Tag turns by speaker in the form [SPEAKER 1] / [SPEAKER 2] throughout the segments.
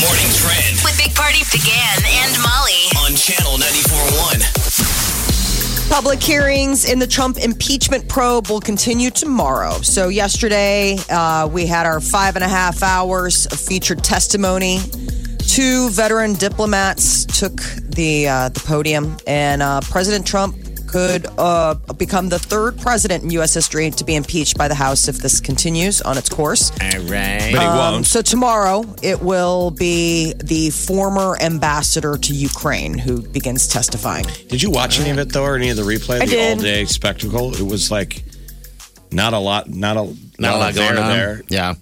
[SPEAKER 1] Morning Trend
[SPEAKER 2] with Big Party began and Molly.
[SPEAKER 1] on Channel 94.1.
[SPEAKER 3] Public hearings in the Trump impeachment probe will continue tomorrow. So, yesterday, uh, we had our five and a half hours of featured testimony. Two veteran diplomats took the, uh, the podium, and uh, President Trump could uh, become the third president in U.S. history to be impeached by the House if this continues on its course.
[SPEAKER 1] All right.
[SPEAKER 4] But he
[SPEAKER 3] Um,
[SPEAKER 4] won't.
[SPEAKER 3] so tomorrow it will be the former ambassador to Ukraine who begins testifying.
[SPEAKER 4] Did you watch any of it though, or any of the replay?
[SPEAKER 3] I
[SPEAKER 4] the
[SPEAKER 3] did.
[SPEAKER 4] all day spectacle. It was like not a lot. Not a not,
[SPEAKER 1] Not a lot
[SPEAKER 4] there,
[SPEAKER 1] going on.
[SPEAKER 4] There.
[SPEAKER 1] Yeah.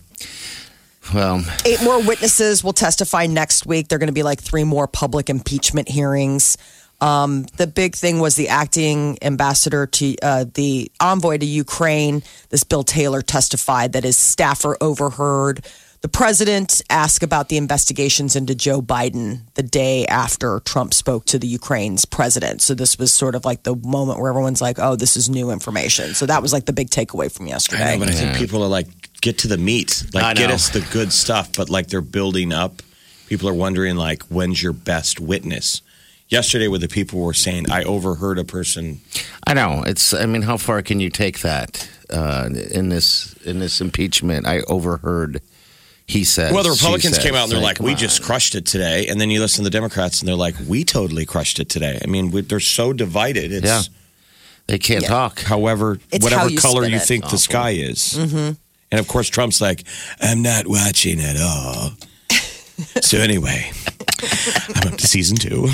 [SPEAKER 1] Well,
[SPEAKER 3] Eight more witnesses will testify next week. They're going to be like three more public impeachment hearings. Um, the big thing was the acting ambassador to uh, the envoy to Ukraine. This Bill Taylor testified that his staffer overheard the president ask about the investigations into Joe Biden the day after Trump spoke to the Ukraine's president. So this was sort of like the moment where everyone's like, "Oh, this is new information." So that was like the big takeaway from yesterday.
[SPEAKER 4] I know, but I think people are like, get to the meat,
[SPEAKER 1] I
[SPEAKER 4] like get
[SPEAKER 1] know.
[SPEAKER 4] us the good stuff. But like they're building up. People are wondering like, when's your best witness? Yesterday, with the people were saying, I overheard a person.
[SPEAKER 1] I know it's. I mean, how far can you take that uh, in this in this impeachment? I overheard. He said.
[SPEAKER 4] Well, the
[SPEAKER 1] she
[SPEAKER 4] Republicans
[SPEAKER 1] said.
[SPEAKER 4] came out and they're
[SPEAKER 1] Like,
[SPEAKER 4] like,
[SPEAKER 1] come
[SPEAKER 4] we
[SPEAKER 1] on.
[SPEAKER 4] just crushed it today. And then you listen to the Democrats and they're like, we totally crushed it today. I mean, we, they're so divided. It's
[SPEAKER 1] Yeah. They can't talk.
[SPEAKER 4] however,
[SPEAKER 3] It's how
[SPEAKER 4] whatever
[SPEAKER 3] you
[SPEAKER 4] color
[SPEAKER 3] spin
[SPEAKER 4] you
[SPEAKER 3] it.
[SPEAKER 4] think the sky is. Mm-hmm. And of course, Trump's like, I'm not watching at all. so anyway, I'm up to season two.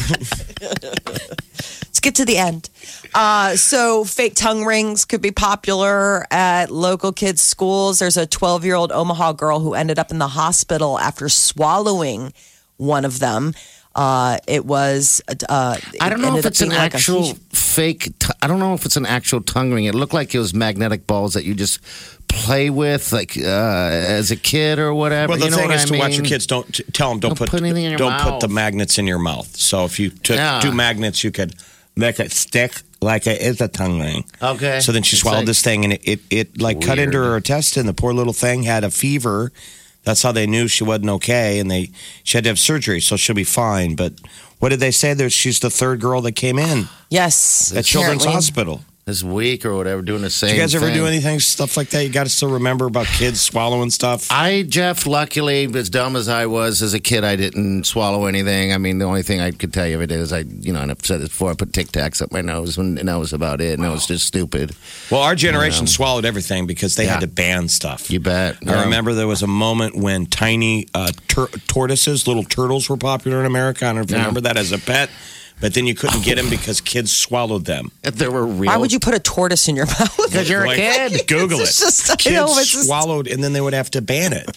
[SPEAKER 3] Let's get to the end. Uh, so, fake tongue rings could be popular at local kids' schools. There's a 12 year old Omaha girl who ended up in the hospital after swallowing one of them. Uh, it was. Uh,
[SPEAKER 1] I don't
[SPEAKER 3] it
[SPEAKER 1] know
[SPEAKER 3] ended
[SPEAKER 1] if
[SPEAKER 3] up
[SPEAKER 1] it's an
[SPEAKER 3] being like a
[SPEAKER 1] actual
[SPEAKER 3] huge-
[SPEAKER 1] fake. T- I don't know if it's an actual tongue ring. It looked like it was magnetic balls that you just play with, like uh, as a kid or whatever.
[SPEAKER 4] Well, the
[SPEAKER 1] you know
[SPEAKER 4] thing
[SPEAKER 1] what
[SPEAKER 4] is
[SPEAKER 1] I
[SPEAKER 4] to
[SPEAKER 1] mean?
[SPEAKER 4] watch your kids. Don't t- tell them. Don't,
[SPEAKER 1] Don't put anything in your
[SPEAKER 4] Don't put
[SPEAKER 1] mouth.
[SPEAKER 4] the magnets in your mouth. So if you took
[SPEAKER 1] Yeah.
[SPEAKER 4] do magnets, you could make it stick like it is a tongue ring.
[SPEAKER 1] Okay.
[SPEAKER 4] So then she
[SPEAKER 1] It's
[SPEAKER 4] swallowed
[SPEAKER 1] like-
[SPEAKER 4] this thing, and it it, it like cut into her intestine. The poor little thing had a fever. That's how they knew she wasn't okay, and they she had to have surgery, so she'll be fine. But what did they say? There, she's the third girl that came in
[SPEAKER 3] Yes.
[SPEAKER 4] at Children's
[SPEAKER 3] apparently.
[SPEAKER 4] Hospital.
[SPEAKER 1] This week or whatever, doing the same.
[SPEAKER 4] You guys ever
[SPEAKER 1] thing.
[SPEAKER 4] do anything stuff like that? You got to still remember about kids swallowing stuff.
[SPEAKER 1] I, Jeff, luckily, as dumb as I was as a kid, I didn't swallow anything. I mean, the only thing I could tell you every day is I, you know, and I've said this before, I put Tic Tacs up my nose, and, and that was about it. And I was just stupid.
[SPEAKER 4] Well, our generation swallowed everything because they had
[SPEAKER 1] Yeah.
[SPEAKER 4] to ban stuff.
[SPEAKER 1] You bet. Um,
[SPEAKER 4] I remember there was a moment when tiny uh, tur- tortoises, little turtles, were popular in America. I don't know if you
[SPEAKER 1] Yeah.
[SPEAKER 4] remember that as a pet, but then you couldn't get them because kids swallowed them.
[SPEAKER 1] If there were real.
[SPEAKER 3] Why would you put a tortoise in your mouth?
[SPEAKER 1] Because you're
[SPEAKER 4] Like,
[SPEAKER 1] a kid.
[SPEAKER 4] Google it.
[SPEAKER 3] It's just- I
[SPEAKER 4] kids
[SPEAKER 3] know, it's just-
[SPEAKER 4] swallowed, and then they would have to ban it.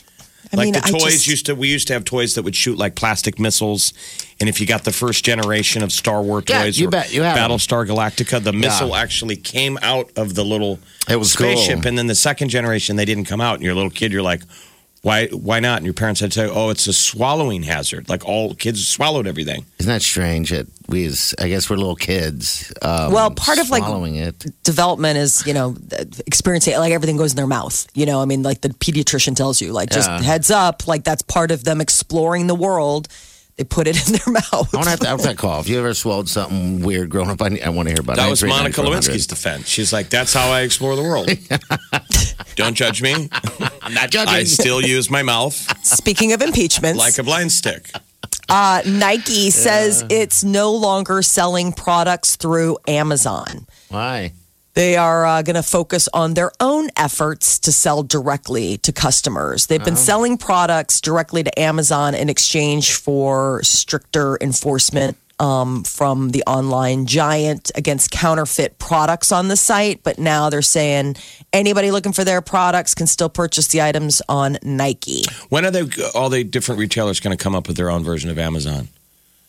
[SPEAKER 3] I
[SPEAKER 4] like
[SPEAKER 3] mean,
[SPEAKER 4] the
[SPEAKER 3] I
[SPEAKER 4] toys
[SPEAKER 3] just-
[SPEAKER 4] used to, we used to have toys that would shoot like plastic missiles. And if you got the first generation of Star Wars
[SPEAKER 1] Yeah,
[SPEAKER 4] toys,
[SPEAKER 1] you
[SPEAKER 4] or
[SPEAKER 1] bet you had 'em.
[SPEAKER 4] Battlestar Galactica, the missile actually came out of the little
[SPEAKER 1] It was
[SPEAKER 4] spaceship.
[SPEAKER 1] cool.
[SPEAKER 4] And then the second generation, they didn't come out. And you're a little kid, you're like, why? Why not? And your parents had to tell you, oh, it's a swallowing hazard. Like all kids swallowed everything.
[SPEAKER 1] Isn't that strange? That we, as, I guess, we're little kids. Um,
[SPEAKER 3] Well, part of, like-
[SPEAKER 1] swallowing it.
[SPEAKER 3] development is you know experiencing like everything goes in their mouth you know i mean like the pediatrician tells you like just
[SPEAKER 1] Yeah.
[SPEAKER 3] heads up like that's part of them exploring the world they put it in their mouth
[SPEAKER 1] I want to have to have that call. If you ever swallowed something weird growing up, I, need- I want to hear about it.
[SPEAKER 4] That was
[SPEAKER 1] 939-400.
[SPEAKER 4] Monica Lewinsky's defense. She's like, that's how I explore the world. Don't judge me.
[SPEAKER 1] I'm not judging.
[SPEAKER 4] I still use my mouth
[SPEAKER 3] speaking of impeachments
[SPEAKER 4] like a blind stick.
[SPEAKER 3] uh, nike says it's no longer selling products through amazon
[SPEAKER 1] Why?
[SPEAKER 3] They are uh, going to focus on their own efforts to sell directly to customers. They've
[SPEAKER 4] Uh-huh.
[SPEAKER 3] been selling products directly to Amazon in exchange for stricter enforcement um, from the online giant against counterfeit products on the site. But now they're saying anybody looking for their products can still purchase the items on Nike.
[SPEAKER 4] When are they all the different retailers going to come up with their own version of Amazon?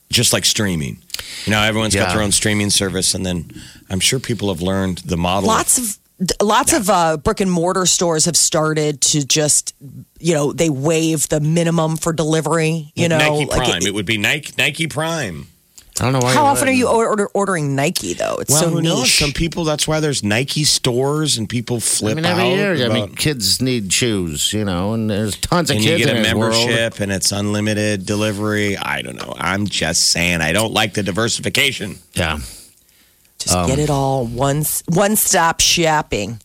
[SPEAKER 4] Just like streaming, you know, everyone's got
[SPEAKER 1] Yeah.
[SPEAKER 4] their own streaming service, and then I'm sure people have learned the model.
[SPEAKER 3] Lots of lots of uh, brick and mortar stores have started to just you know they waive the minimum for delivery. You know,
[SPEAKER 4] Nike
[SPEAKER 3] like,
[SPEAKER 4] Prime. it, would be Nike Nike Prime.
[SPEAKER 1] I don't know why.
[SPEAKER 3] how
[SPEAKER 1] you
[SPEAKER 3] often are
[SPEAKER 1] wouldn't.
[SPEAKER 3] you order, ordering Nike though? It's so
[SPEAKER 4] who
[SPEAKER 3] niche.
[SPEAKER 4] knows? Some people. That's why there's Nike stores, and people
[SPEAKER 1] I
[SPEAKER 4] flip
[SPEAKER 1] mean, every
[SPEAKER 4] out.
[SPEAKER 1] year, I mean,
[SPEAKER 4] about-
[SPEAKER 1] kids need shoes, you know, and there's tons of
[SPEAKER 4] and you
[SPEAKER 1] kids
[SPEAKER 4] get a
[SPEAKER 1] in this world.
[SPEAKER 4] membership, and it's unlimited delivery. I don't know. I'm just saying. I don't like the diversification.
[SPEAKER 1] Yeah.
[SPEAKER 3] Just
[SPEAKER 1] um,
[SPEAKER 3] get it all once one stop shopping.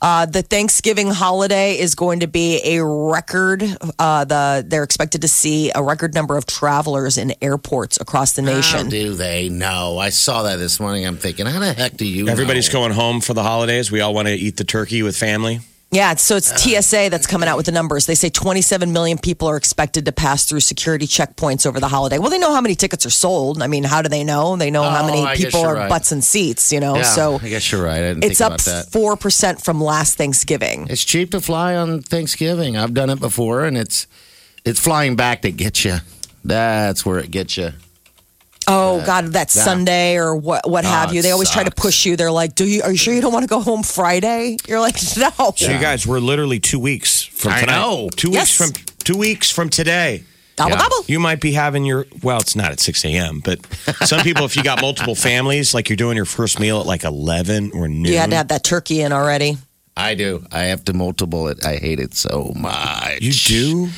[SPEAKER 3] Uh, the Thanksgiving holiday is going to be a record. Uh, the they're expected to see a record number of travelers in airports across the
[SPEAKER 1] How
[SPEAKER 3] nation.
[SPEAKER 1] do they know? I saw that this morning. I'm thinking, how the heck do you?
[SPEAKER 4] Everybody's
[SPEAKER 1] know?
[SPEAKER 4] going home for the holidays. We all want to eat the turkey with family.
[SPEAKER 3] Yeah, it's- so it's
[SPEAKER 1] Uh,
[SPEAKER 3] TSA that's coming out with the numbers. They say 27 million people are expected to pass through security checkpoints over the holiday. Well, they know how many tickets are sold. I mean, how do they know? They know how
[SPEAKER 1] Oh,
[SPEAKER 3] many
[SPEAKER 1] I guess
[SPEAKER 3] people
[SPEAKER 1] you're
[SPEAKER 3] are
[SPEAKER 1] right.
[SPEAKER 3] butts and seats. You know,
[SPEAKER 1] Yeah,
[SPEAKER 3] Oh, so
[SPEAKER 1] I guess you're right. I didn't
[SPEAKER 3] it's
[SPEAKER 1] think
[SPEAKER 3] up
[SPEAKER 1] about that.
[SPEAKER 3] four percent from last Thanksgiving.
[SPEAKER 1] It's cheap to fly on Thanksgiving. I've done it before, and it's it's flying back that gets you. That's where it gets you.
[SPEAKER 3] Oh God, that Sunday or what what have
[SPEAKER 1] Oh,
[SPEAKER 3] you.
[SPEAKER 1] it
[SPEAKER 3] They always try to
[SPEAKER 1] sucks.
[SPEAKER 3] push you. They're like, Do you are you sure you don't want to go home Friday? You're like, No.
[SPEAKER 4] So you guys, we're literally two weeks from
[SPEAKER 1] I
[SPEAKER 4] tonight.
[SPEAKER 1] know.
[SPEAKER 4] Two
[SPEAKER 3] Yes.
[SPEAKER 4] weeks from two weeks from today.
[SPEAKER 3] Double
[SPEAKER 1] Yeah.
[SPEAKER 3] double.
[SPEAKER 4] You might be having your well, it's not at six a.m. But some people, if you got multiple families, like you're doing your first meal at like eleven or noon.
[SPEAKER 3] You had to have that turkey in already.
[SPEAKER 1] I do. I have to multiple it. I hate it so much.
[SPEAKER 4] You do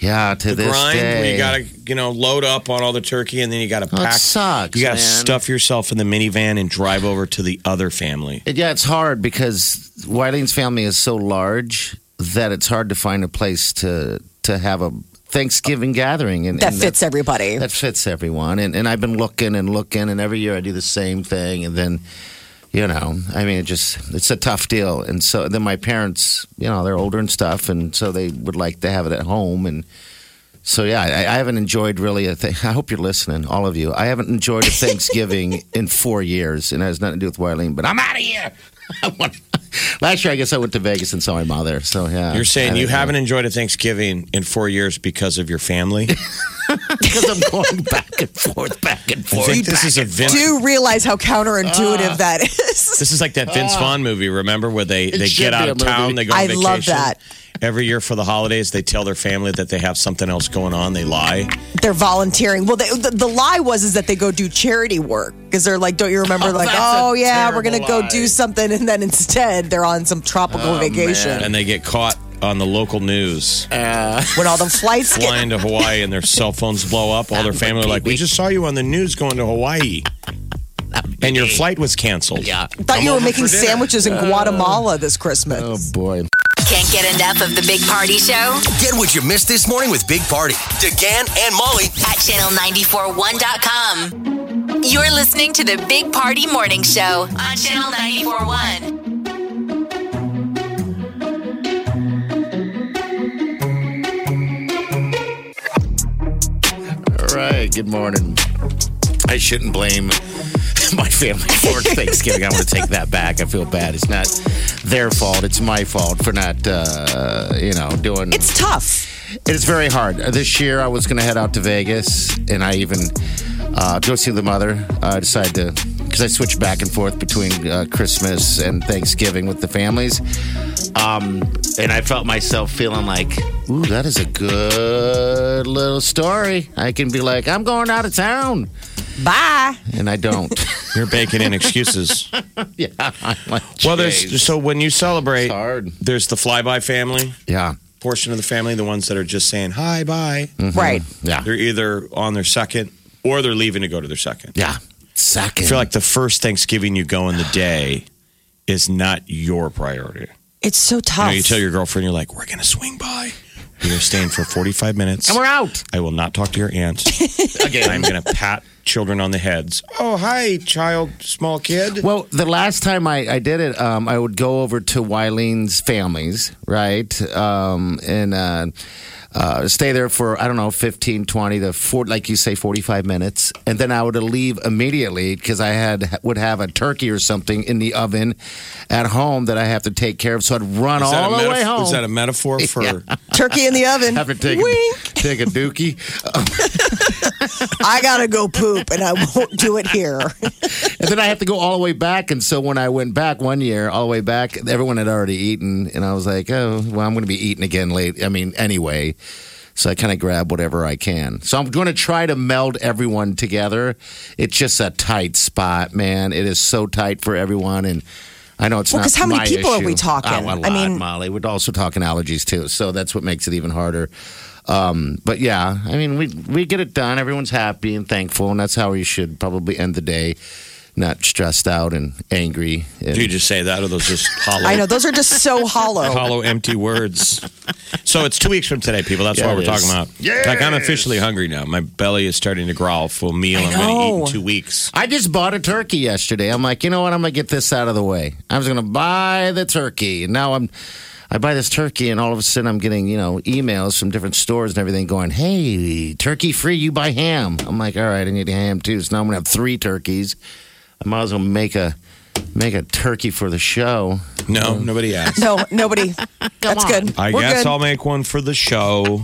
[SPEAKER 1] Yeah, to this
[SPEAKER 4] grind where
[SPEAKER 1] day.
[SPEAKER 4] you gotta you know load up on all the turkey and then you gotta
[SPEAKER 1] Oh, it
[SPEAKER 4] pack.
[SPEAKER 1] sucks,
[SPEAKER 4] you gotta
[SPEAKER 1] man.
[SPEAKER 4] stuff yourself in the minivan and drive over to the other family.
[SPEAKER 1] It- yeah, it's hard because Wileen's family is so large that it's hard to find a place to to have a Thanksgiving gathering. And,
[SPEAKER 3] That
[SPEAKER 1] and
[SPEAKER 3] fits everybody.
[SPEAKER 1] That fits everyone. And, and I've been looking and looking, and every year I do the same thing. And then, you know, I mean, it just, it's a tough deal. And so then my parents, you know, they're older and stuff. And so they would like to have it at home. And so, yeah, I, I haven't enjoyed really a thing. I hope you're listening, all of you. I haven't enjoyed a Thanksgiving in four years. And it has nothing to do with Wileen, but I'm out of here. I want- Last year, I guess I went to Vegas and saw my mother. So, yeah.
[SPEAKER 4] You're saying
[SPEAKER 1] I
[SPEAKER 4] you
[SPEAKER 1] don't know.
[SPEAKER 4] haven't enjoyed a Thanksgiving in four years because of your family.
[SPEAKER 1] Because I'm going back and forth, back and
[SPEAKER 4] I
[SPEAKER 1] forth.
[SPEAKER 4] think this is a
[SPEAKER 3] Do
[SPEAKER 4] Vince.
[SPEAKER 3] you realize how
[SPEAKER 1] Ah.
[SPEAKER 3] counterintuitive that is?
[SPEAKER 4] This is like that Vince Vaughn movie. Remember where they they
[SPEAKER 1] Uh, should
[SPEAKER 4] get out
[SPEAKER 1] be
[SPEAKER 4] of
[SPEAKER 1] a movie.
[SPEAKER 4] town, they go on
[SPEAKER 3] I
[SPEAKER 4] vacation.
[SPEAKER 3] love that.
[SPEAKER 4] Every year for the holidays, they tell their family that they have something else going on. They lie.
[SPEAKER 3] They're volunteering. Well, they, the, the lie was is that they go do charity work because they're like, don't you remember? like,
[SPEAKER 1] that's a
[SPEAKER 3] oh yeah, we're gonna
[SPEAKER 1] terrible
[SPEAKER 3] go do
[SPEAKER 1] lie. Oh,
[SPEAKER 3] something, and then instead they're on some tropical vacation
[SPEAKER 4] and they get caught on the local news
[SPEAKER 3] when all the flights get
[SPEAKER 4] flying to Hawaii and their cell phones blow up. All their family are like, "We just saw you on the news going to Hawaii, and your flight was canceled."
[SPEAKER 1] Yeah.
[SPEAKER 3] thought you were
[SPEAKER 4] over
[SPEAKER 3] making
[SPEAKER 4] for dinner.
[SPEAKER 3] sandwiches in Guatemala this Christmas.
[SPEAKER 1] Oh, boy.
[SPEAKER 2] Can't get enough of the Big Party Show
[SPEAKER 5] Get what you missed this morning with Big Party, DeGan and Molly.
[SPEAKER 2] at channel941.com. You're listening to the Big Party Morning Show on channel 941.
[SPEAKER 1] All right. Good morning. I shouldn't blame my family for Thanksgiving. I want to take that back. I feel bad. It's not their fault. It's my fault for not, uh, you know, doing.
[SPEAKER 3] It's tough.
[SPEAKER 1] It's very hard. Uh, This year, I was going to head out to Vegas, and I even uh, go see the mother. I decided to because I switch back and forth between uh, Christmas and Thanksgiving with the families, um, and I felt myself feeling like, "Ooh, that is a good little story." I can be like, "I'm going out of town,"
[SPEAKER 3] Bye.
[SPEAKER 1] and I don't.
[SPEAKER 4] You're baking in excuses.
[SPEAKER 1] yeah, I'm like,
[SPEAKER 4] well, there's
[SPEAKER 1] "Jeez,
[SPEAKER 4] so when you celebrate,
[SPEAKER 1] it's hard.
[SPEAKER 4] there's the flyby family
[SPEAKER 1] Yeah,
[SPEAKER 4] portion of the family, the ones that are just saying hi, bye.
[SPEAKER 1] Hmm.
[SPEAKER 3] Right.
[SPEAKER 1] yeah,
[SPEAKER 4] They're either on their second or they're leaving to go to their second.
[SPEAKER 1] yeah. Second,
[SPEAKER 4] I feel like the first Thanksgiving you go in the day is not your priority.
[SPEAKER 3] It's so
[SPEAKER 4] You,
[SPEAKER 3] tough.
[SPEAKER 4] know, you tell your girlfriend, you're like, we're going to swing by. We are staying for 45 minutes.
[SPEAKER 1] and we're out
[SPEAKER 4] I will not talk to your aunt. Again, I'm going to pat children on the heads. Oh, hi, child, small kid.
[SPEAKER 1] Well, the last time I, I did it, um, I would go over to Wileen's families, right? Um, and uh, uh, stay there for, I don't know, 15, 20 to 40, like you say, 45 minutes. And then I would leave immediately because I had would have a turkey or something in the oven at home that I have to take care of. So I'd run
[SPEAKER 4] Is that,
[SPEAKER 1] all
[SPEAKER 4] a
[SPEAKER 1] the way
[SPEAKER 4] metaf-
[SPEAKER 1] home.
[SPEAKER 4] is that a metaphor for?
[SPEAKER 3] Turkey in the oven.
[SPEAKER 1] have to take a,
[SPEAKER 3] Wink.
[SPEAKER 1] take a dookie.
[SPEAKER 3] I gotta go poop, and I won't do it here.
[SPEAKER 1] And then I have to go all the way back. And so when I went back one year, all the way back, everyone had already eaten. And I was like, oh, well, I'm going to be eating again late. I mean, anyway. So I kind of grab whatever I can. So I'm going to try to meld everyone together. It's just a tight spot, man. It is so tight for everyone. And I know it's
[SPEAKER 3] Well,
[SPEAKER 1] not
[SPEAKER 3] 'cause how many
[SPEAKER 1] my
[SPEAKER 3] people are
[SPEAKER 1] issue.
[SPEAKER 3] we talking?
[SPEAKER 1] Oh, a lot,
[SPEAKER 3] I mean-
[SPEAKER 1] Molly. We're also talking allergies too. So that's what makes it even harder. Um, but yeah, I mean, we we get it done. Everyone's happy and thankful, and that's how you should probably end the day, not stressed out and angry. And
[SPEAKER 4] Do you just say that, or those just hollow,
[SPEAKER 3] I know those are just so hollow.
[SPEAKER 4] hollow, empty words? So it's two weeks from today, people. That's
[SPEAKER 1] Yeah,
[SPEAKER 4] what we're
[SPEAKER 1] it
[SPEAKER 4] talking
[SPEAKER 1] is.
[SPEAKER 4] about. Like I'm officially hungry now. My belly is starting to growl for a meal I'm going to eat
[SPEAKER 3] know.
[SPEAKER 4] in two weeks.
[SPEAKER 1] I just bought a turkey yesterday. I'm like, you know what? I'm gonna get this out of the way. I was gonna buy the turkey, and now I'm. I buy this turkey, and all of a sudden, I'm getting you know emails from different stores and everything going, "Hey, turkey free! You buy ham." I'm like, "All right, I need ham too." So now I'm gonna have three turkeys. I might as well make a make a turkey for the show.
[SPEAKER 4] No, nobody asked.
[SPEAKER 3] No, nobody. That's good.
[SPEAKER 4] I
[SPEAKER 3] We're
[SPEAKER 4] guess
[SPEAKER 3] good.
[SPEAKER 4] I'll make one for the show.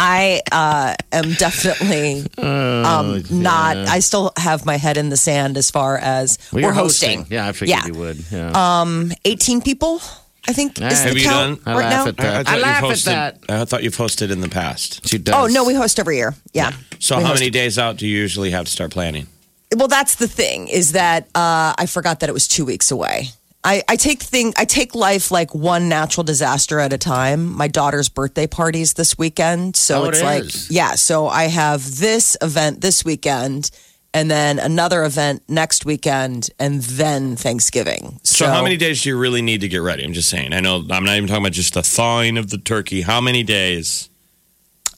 [SPEAKER 3] I uh, am definitely um, not. I still have my head in the sand as far as
[SPEAKER 1] Well,
[SPEAKER 3] we're
[SPEAKER 1] you're
[SPEAKER 3] hosting.
[SPEAKER 1] Yeah, I figured
[SPEAKER 3] Yeah.
[SPEAKER 1] you would. Yeah.
[SPEAKER 3] 18 people, I think. Is
[SPEAKER 1] Have
[SPEAKER 3] the
[SPEAKER 4] you
[SPEAKER 3] count
[SPEAKER 1] done- I
[SPEAKER 3] right
[SPEAKER 1] laugh
[SPEAKER 3] now?
[SPEAKER 1] at that.
[SPEAKER 4] thought
[SPEAKER 1] I
[SPEAKER 4] you've
[SPEAKER 1] laugh at
[SPEAKER 4] hosted- I thought you've hosted in the past.
[SPEAKER 1] she does.
[SPEAKER 3] Oh no, we host every year. Yeah.
[SPEAKER 4] So
[SPEAKER 3] We
[SPEAKER 4] how
[SPEAKER 3] host-
[SPEAKER 4] many days out do you usually have to start planning?
[SPEAKER 3] Well, that's the thing is that uh, I forgot that it was two weeks away. I, I take thing I take life like one natural disaster at a time. My daughter's birthday party's this weekend, so
[SPEAKER 1] Oh, it
[SPEAKER 3] it's like
[SPEAKER 1] is.
[SPEAKER 3] yeah. So I have this event this weekend, and then another event next weekend, and then Thanksgiving. So,
[SPEAKER 4] So, how many days do you really need to get ready? I'm just saying. I know I'm not even talking about just the thawing of the turkey. How many days?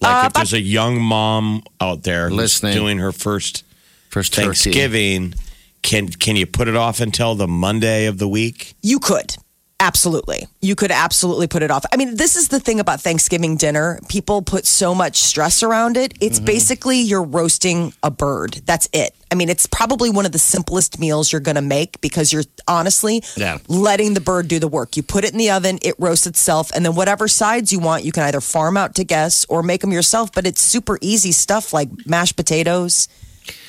[SPEAKER 3] Uh,
[SPEAKER 4] Like if there's a young mom out there who's
[SPEAKER 1] Listening.
[SPEAKER 4] doing her first
[SPEAKER 1] First turkey.
[SPEAKER 4] Thanksgiving, can can you put it off until the Monday of the week?
[SPEAKER 3] You could. Absolutely. You could absolutely put it off. I mean, this is the thing about Thanksgiving dinner. People put so much stress around it. It's
[SPEAKER 4] Mm-hmm.
[SPEAKER 3] basically you're roasting a bird. That's it. I mean, it's probably one of the simplest meals you're going to make because you're honestly
[SPEAKER 1] Yeah.
[SPEAKER 3] letting the bird do the work. You put it in the oven, it roasts itself, and then whatever sides you want, you can either farm out to guests or make them yourself, but it's super easy stuff like mashed potatoes.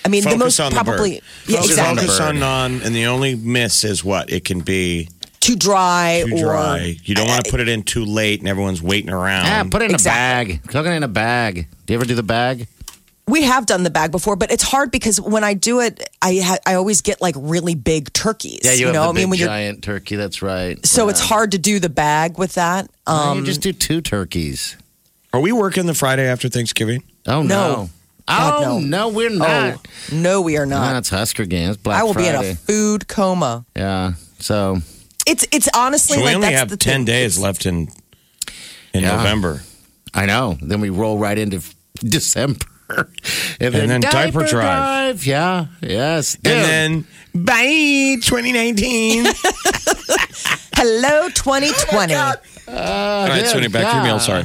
[SPEAKER 3] I mean, the most
[SPEAKER 4] Focus on the
[SPEAKER 3] probably
[SPEAKER 4] bird.
[SPEAKER 3] Yeah,
[SPEAKER 4] focus
[SPEAKER 3] exactly.
[SPEAKER 4] focus on
[SPEAKER 1] Bird.
[SPEAKER 4] none, and the only miss is what it can be
[SPEAKER 3] Too dry
[SPEAKER 4] too
[SPEAKER 3] or
[SPEAKER 4] dry. You don't want to put it in too late, and everyone's waiting around.
[SPEAKER 1] Yeah, Ah, put it in
[SPEAKER 3] Exactly.
[SPEAKER 1] a bag. Cook it in a bag. Do you ever do the bag?
[SPEAKER 3] we have done the bag before, but it's hard because when I do it, I ha- I always get like really big turkeys. know, I mean, when you're
[SPEAKER 1] giant turkey. That's right.
[SPEAKER 3] so it's hard to do the bag with that.
[SPEAKER 1] No,
[SPEAKER 3] Um,
[SPEAKER 1] you just do two turkeys.
[SPEAKER 4] Are we working the Friday after Thanksgiving?
[SPEAKER 1] Oh no!
[SPEAKER 3] No.
[SPEAKER 1] Oh
[SPEAKER 3] God,
[SPEAKER 1] no.
[SPEAKER 3] no.
[SPEAKER 1] we're
[SPEAKER 3] oh
[SPEAKER 1] not.
[SPEAKER 3] no, we are
[SPEAKER 1] No,
[SPEAKER 3] not.
[SPEAKER 1] it's Husker games. Black
[SPEAKER 3] I will
[SPEAKER 1] Friday.
[SPEAKER 3] be in a food coma.
[SPEAKER 1] yeah. So
[SPEAKER 3] It's it's honestly
[SPEAKER 4] So we
[SPEAKER 3] like
[SPEAKER 4] only
[SPEAKER 3] that's
[SPEAKER 4] have
[SPEAKER 3] the
[SPEAKER 4] ten
[SPEAKER 3] thing.
[SPEAKER 4] days left in in
[SPEAKER 1] Yeah.
[SPEAKER 4] November,
[SPEAKER 1] I know. Then we roll right into f- December. And
[SPEAKER 4] then diaper drive.
[SPEAKER 1] drive. Yeah. Yes. Dude.
[SPEAKER 4] and then bye 2019.
[SPEAKER 3] Hello, 2020.
[SPEAKER 4] All right,
[SPEAKER 1] dude,
[SPEAKER 4] Sonia, back to your meal. Sorry.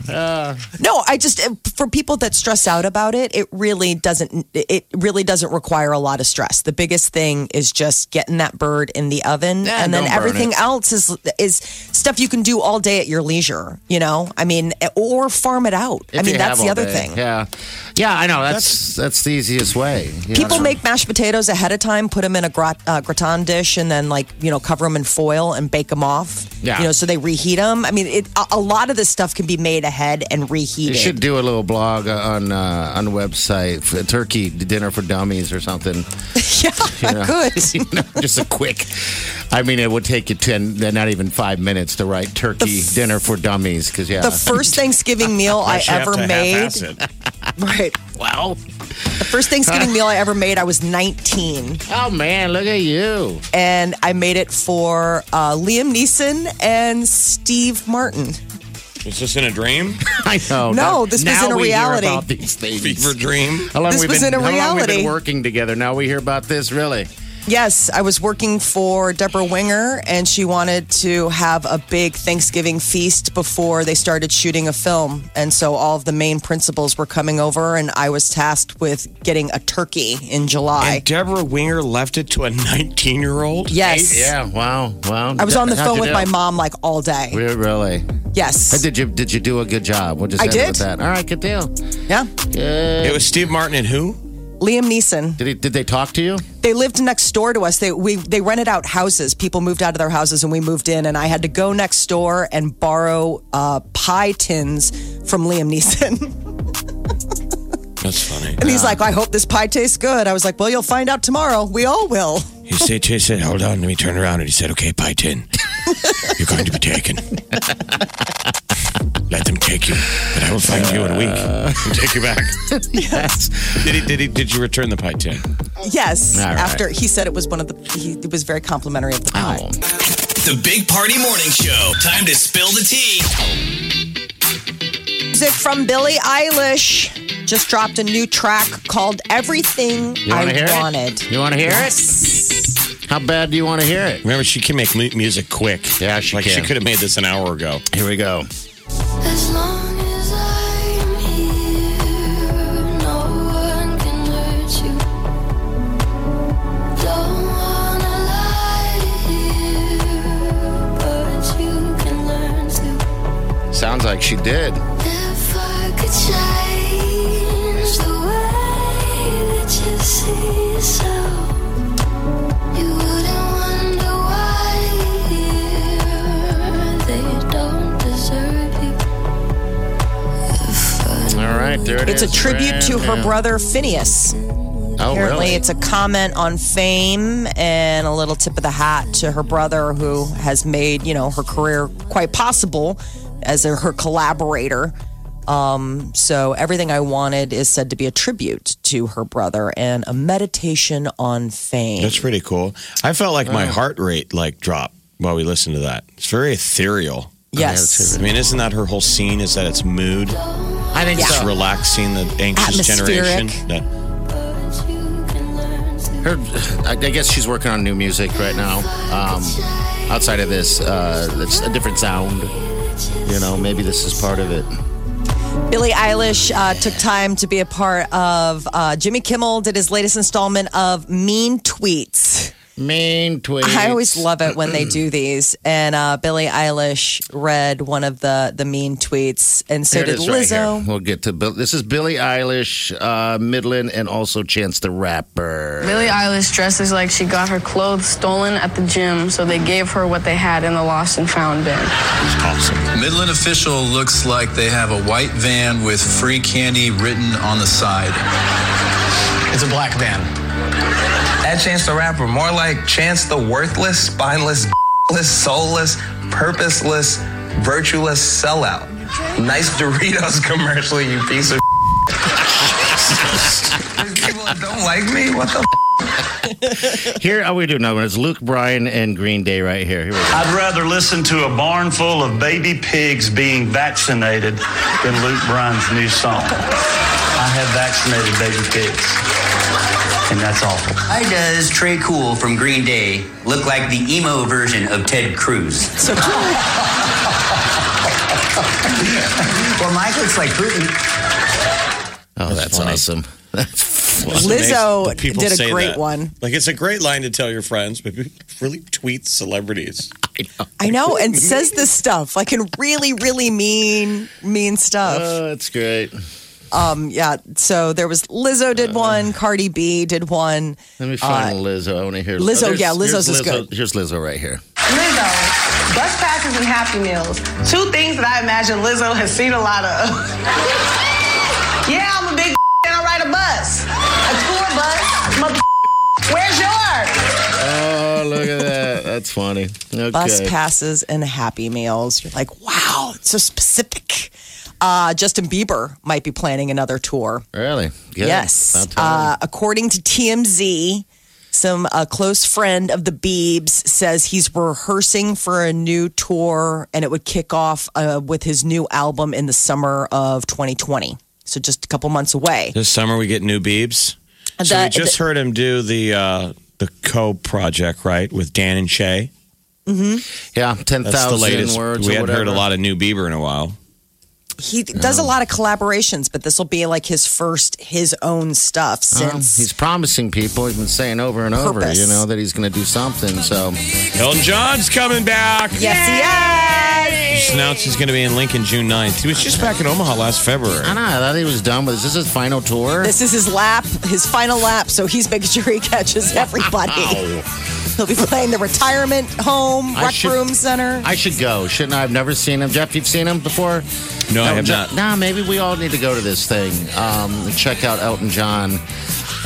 [SPEAKER 3] no, I just uh, for people that stress out about it, it really doesn't. It really doesn't require a lot of stress. The biggest thing is just getting that bird in the oven,
[SPEAKER 1] Yeah,
[SPEAKER 3] and then
[SPEAKER 1] don't burn
[SPEAKER 3] everything
[SPEAKER 1] it.
[SPEAKER 3] else is is stuff you can do all day at your leisure. You know, I mean, or farm it out. I
[SPEAKER 1] If
[SPEAKER 3] mean,
[SPEAKER 1] you
[SPEAKER 3] that's
[SPEAKER 1] have
[SPEAKER 3] the
[SPEAKER 1] all
[SPEAKER 3] other
[SPEAKER 1] day.
[SPEAKER 3] thing.
[SPEAKER 1] Yeah. Yeah. I know. That's that's the easiest way. You know,
[SPEAKER 3] People
[SPEAKER 1] so-
[SPEAKER 3] make mashed potatoes ahead of time, put them in a grat, uh, gratin dish, and then like you know cover them in foil and bake them off.
[SPEAKER 1] Yeah.
[SPEAKER 3] You know, so they reheat them. I mean, it, a, a lot of this stuff can be made ahead and reheated.
[SPEAKER 1] You should do a little blog on uh, on the website for turkey dinner for dummies or something.
[SPEAKER 3] yeah, I could.
[SPEAKER 1] You know, just a quick. I mean, it would take you ten, not even five minutes to write turkey dinner for dummies. Because yeah,
[SPEAKER 3] The first Thanksgiving meal I
[SPEAKER 4] Actually, have
[SPEAKER 3] ever
[SPEAKER 4] to
[SPEAKER 3] made.
[SPEAKER 4] half-ass it.
[SPEAKER 3] Right.
[SPEAKER 1] wow.
[SPEAKER 3] The first Thanksgiving meal I ever made, I was 19,
[SPEAKER 1] Oh man, look at you.
[SPEAKER 3] and I made it for uh, Liam Neeson and Steve Martin.
[SPEAKER 4] Is this in a dream?
[SPEAKER 1] I
[SPEAKER 3] No,
[SPEAKER 1] know. Now-
[SPEAKER 3] this was
[SPEAKER 1] now
[SPEAKER 3] in a
[SPEAKER 1] we hear
[SPEAKER 3] reality.
[SPEAKER 1] about these things.
[SPEAKER 4] Fever dream?
[SPEAKER 1] How long
[SPEAKER 3] This
[SPEAKER 1] we've
[SPEAKER 3] was in
[SPEAKER 1] been,
[SPEAKER 3] a
[SPEAKER 1] How long we've been
[SPEAKER 3] reality.
[SPEAKER 1] working together. Now we hear about this. Really,
[SPEAKER 3] Yes, I was working for Deborah Winger, and she wanted to have a big Thanksgiving feast before they started shooting a film. And so all of the main principals were coming over, and I was tasked with getting a turkey in July.
[SPEAKER 4] And Deborah Winger left it to a 19 year old?
[SPEAKER 3] yes.
[SPEAKER 1] Yeah. Wow. Wow.
[SPEAKER 3] I was on the
[SPEAKER 1] How'd
[SPEAKER 3] phone
[SPEAKER 1] you
[SPEAKER 3] with
[SPEAKER 1] do?
[SPEAKER 3] my mom like all day.
[SPEAKER 1] Re- Really?
[SPEAKER 3] Yes.
[SPEAKER 1] And Did you did you do a good job? We'll just
[SPEAKER 3] I
[SPEAKER 1] end it with
[SPEAKER 3] did.
[SPEAKER 1] that. All right. Good deal.
[SPEAKER 3] Yeah.
[SPEAKER 4] It was Steve Martin and who?
[SPEAKER 3] Liam Neeson.
[SPEAKER 1] Did he, did they talk to you?
[SPEAKER 3] They lived next door to us. They we they rented out houses. People moved out of their houses and we moved in and I had to go next door and borrow uh, pie tins from Liam Neeson.
[SPEAKER 4] That's funny.
[SPEAKER 3] And he's like, I hope this pie tastes good. I was like, Well, you'll find out tomorrow. We all will.
[SPEAKER 4] He said, he said, hold on. Let me turn around. And he said, okay, pie tin. You're going to be taken. Let them take you, but I will find you in a week and take you back.
[SPEAKER 1] Yes.
[SPEAKER 4] Did, he, did, he, did you return the pie tin?
[SPEAKER 3] Yes.
[SPEAKER 1] All right.
[SPEAKER 3] After he said it was one of the, he it was very complimentary of the pie.
[SPEAKER 1] Oh.
[SPEAKER 5] The Big Party Morning Show. Time to spill the tea.
[SPEAKER 3] Music from Billie Eilish just dropped a new track called Everything
[SPEAKER 1] You
[SPEAKER 3] I
[SPEAKER 1] want to hear
[SPEAKER 3] Wanted.
[SPEAKER 1] it? You want to hear
[SPEAKER 3] Yes.
[SPEAKER 1] it? How bad do you want to hear it?
[SPEAKER 4] Remember, she can make mu- music quick.
[SPEAKER 1] Yeah, she
[SPEAKER 4] like she
[SPEAKER 1] can.
[SPEAKER 4] could have made this an hour ago.
[SPEAKER 1] Here we go.
[SPEAKER 6] As long as I'm here, no one can hurt you. Don't wanna lie here, but you can learn to.
[SPEAKER 1] Sounds like she did.
[SPEAKER 6] If I could change the way that you see yourself, you wouldn't wonder why they don't deserve you. If I
[SPEAKER 1] All right, there it
[SPEAKER 3] It's
[SPEAKER 1] is.
[SPEAKER 3] a tribute to her
[SPEAKER 1] Right
[SPEAKER 3] brother Phineas.
[SPEAKER 1] now. Oh,
[SPEAKER 3] Apparently,
[SPEAKER 1] really?
[SPEAKER 3] it's a comment on fame and a little tip of the hat to her brother, who has made you know her career quite possible as a, her collaborator. Um, so everything I wanted is said to be a tribute to her brother and a meditation on fame.
[SPEAKER 4] That's pretty cool. I felt like my heart rate like dropped while we listened to that. It's very ethereal.
[SPEAKER 3] yes,
[SPEAKER 4] I mean, isn't that her whole scene? Is that it's mood?
[SPEAKER 1] I think
[SPEAKER 4] It's
[SPEAKER 1] so.
[SPEAKER 4] relaxing the anxious
[SPEAKER 3] Atmospheric.
[SPEAKER 4] generation. That,
[SPEAKER 6] but you can learn to.
[SPEAKER 1] Her, I, I guess she's working on new music right now. Um, outside of this, uh, it's a different sound. You know, maybe this is part of it.
[SPEAKER 3] Billie Eilish uh, took time to be a part of uh, Jimmy Kimmel did his latest installment of Mean Tweets.
[SPEAKER 1] Main tweet.
[SPEAKER 3] I always love it when they do these. And uh, Billie Eilish read one of the the mean tweets, and so
[SPEAKER 1] Here it
[SPEAKER 3] did
[SPEAKER 1] is right here.
[SPEAKER 3] Lizzo.
[SPEAKER 1] we'll get to Bill. This is Billie Eilish, uh, Midland, and also Chance the Rapper.
[SPEAKER 7] Billie Eilish dresses like she got her clothes stolen at the gym, so they gave her what they had in the lost and found bin.
[SPEAKER 4] it's awesome.
[SPEAKER 8] Midland official looks like they have a white van with free candy written on the side.
[SPEAKER 9] It's a black van. That Chance the Rapper, more like Chance the Worthless, Spineless, Soulless, Purposeless, Virtueless Sellout. Nice Doritos commercial, you piece of. There's people that don't like me? What the?
[SPEAKER 1] Here, oh, we do another one. It's Luke Bryan and Green Day right here. Here we go.
[SPEAKER 10] I'd rather listen to a barn full of baby pigs being vaccinated than Luke Bryan's new song. I have vaccinated baby pigs, and that's awful.
[SPEAKER 9] Why does Trey Cool from Green Day look like the emo version of Ted Cruz?
[SPEAKER 3] So cool.
[SPEAKER 9] Well, Mike looks like Putin.
[SPEAKER 1] Oh, that's,
[SPEAKER 4] funny.
[SPEAKER 1] awesome. That's funny.
[SPEAKER 3] Lizzo
[SPEAKER 4] Amazing. People
[SPEAKER 3] did a
[SPEAKER 4] say
[SPEAKER 3] great
[SPEAKER 4] that.
[SPEAKER 3] one.
[SPEAKER 4] Like it's a great line to tell your friends, but people really tweet celebrities.
[SPEAKER 3] I know, and says this stuff like in really, really mean, mean stuff.
[SPEAKER 1] Oh, that's great.
[SPEAKER 3] Um, yeah. So there was Lizzo did one, Cardi B did one.
[SPEAKER 1] Uh.
[SPEAKER 3] Uh,
[SPEAKER 1] Let me find Lizzo. I want to hear
[SPEAKER 3] Lizzo,
[SPEAKER 1] there's-
[SPEAKER 3] yeah, Lizzo's is
[SPEAKER 1] here's Lizzo,
[SPEAKER 3] good.
[SPEAKER 1] Here's Lizzo right here.
[SPEAKER 7] Lizzo, bus passes and Happy Meals. Two things that I imagine Lizzo has seen a lot of. yeah, I'm a big and I ride a bus. A tour bus. Mother- Where's yours?
[SPEAKER 1] Oh, look at that. That's funny. Okay.
[SPEAKER 3] Bus passes and happy meals. You're like, wow, it's so specific. Uh, Justin Bieber might be planning another tour.
[SPEAKER 1] Really? Good. I'll
[SPEAKER 3] Yes.
[SPEAKER 1] tell you.
[SPEAKER 3] Uh, according to TMZ, some a close friend of the Beebs says he's rehearsing for a new tour, and it would kick off uh, with his new album in the summer of 2020. So just a couple months away.
[SPEAKER 4] This summer we get new Beebs. So we
[SPEAKER 3] The-
[SPEAKER 4] just heard him do the uh, the co project, right, with Dan and Shay.
[SPEAKER 3] Mm-hmm.
[SPEAKER 1] Yeah, ten
[SPEAKER 4] That's the
[SPEAKER 1] thousand
[SPEAKER 4] latest.
[SPEAKER 1] words.
[SPEAKER 4] we
[SPEAKER 1] or
[SPEAKER 4] hadn't heard a
[SPEAKER 1] whatever.
[SPEAKER 4] lot of new Bieber in a while.
[SPEAKER 3] He does a lot of collaborations, but this will be like his first, his own stuff
[SPEAKER 1] Well,
[SPEAKER 3] since.
[SPEAKER 1] he's promising people. He's been saying over and over,
[SPEAKER 3] Purpose.
[SPEAKER 1] you know, that he's going to do something. So
[SPEAKER 4] Elton John's coming back.
[SPEAKER 3] yes, he is.
[SPEAKER 4] Just announced he's going to be in Lincoln June 9th. He was just back in Omaha last February.
[SPEAKER 1] I don't know. I thought he was done with. Is this his final tour?
[SPEAKER 3] This is his lap, his final lap, so he's making sure he catches everybody. He'll be playing the retirement home,
[SPEAKER 1] I
[SPEAKER 3] rec
[SPEAKER 1] should-
[SPEAKER 3] room center.
[SPEAKER 1] I should go, shouldn't I? I've never seen him. Jeff, you've seen him before?
[SPEAKER 4] No, I have
[SPEAKER 1] John- Nah, maybe we all need to go to this thing um, and check out Elton John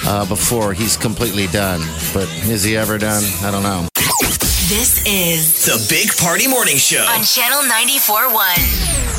[SPEAKER 1] uh, before he's completely done. But is he ever done? I don't know.
[SPEAKER 2] This is
[SPEAKER 5] The Big Party Morning Show.
[SPEAKER 2] on Channel 94.1.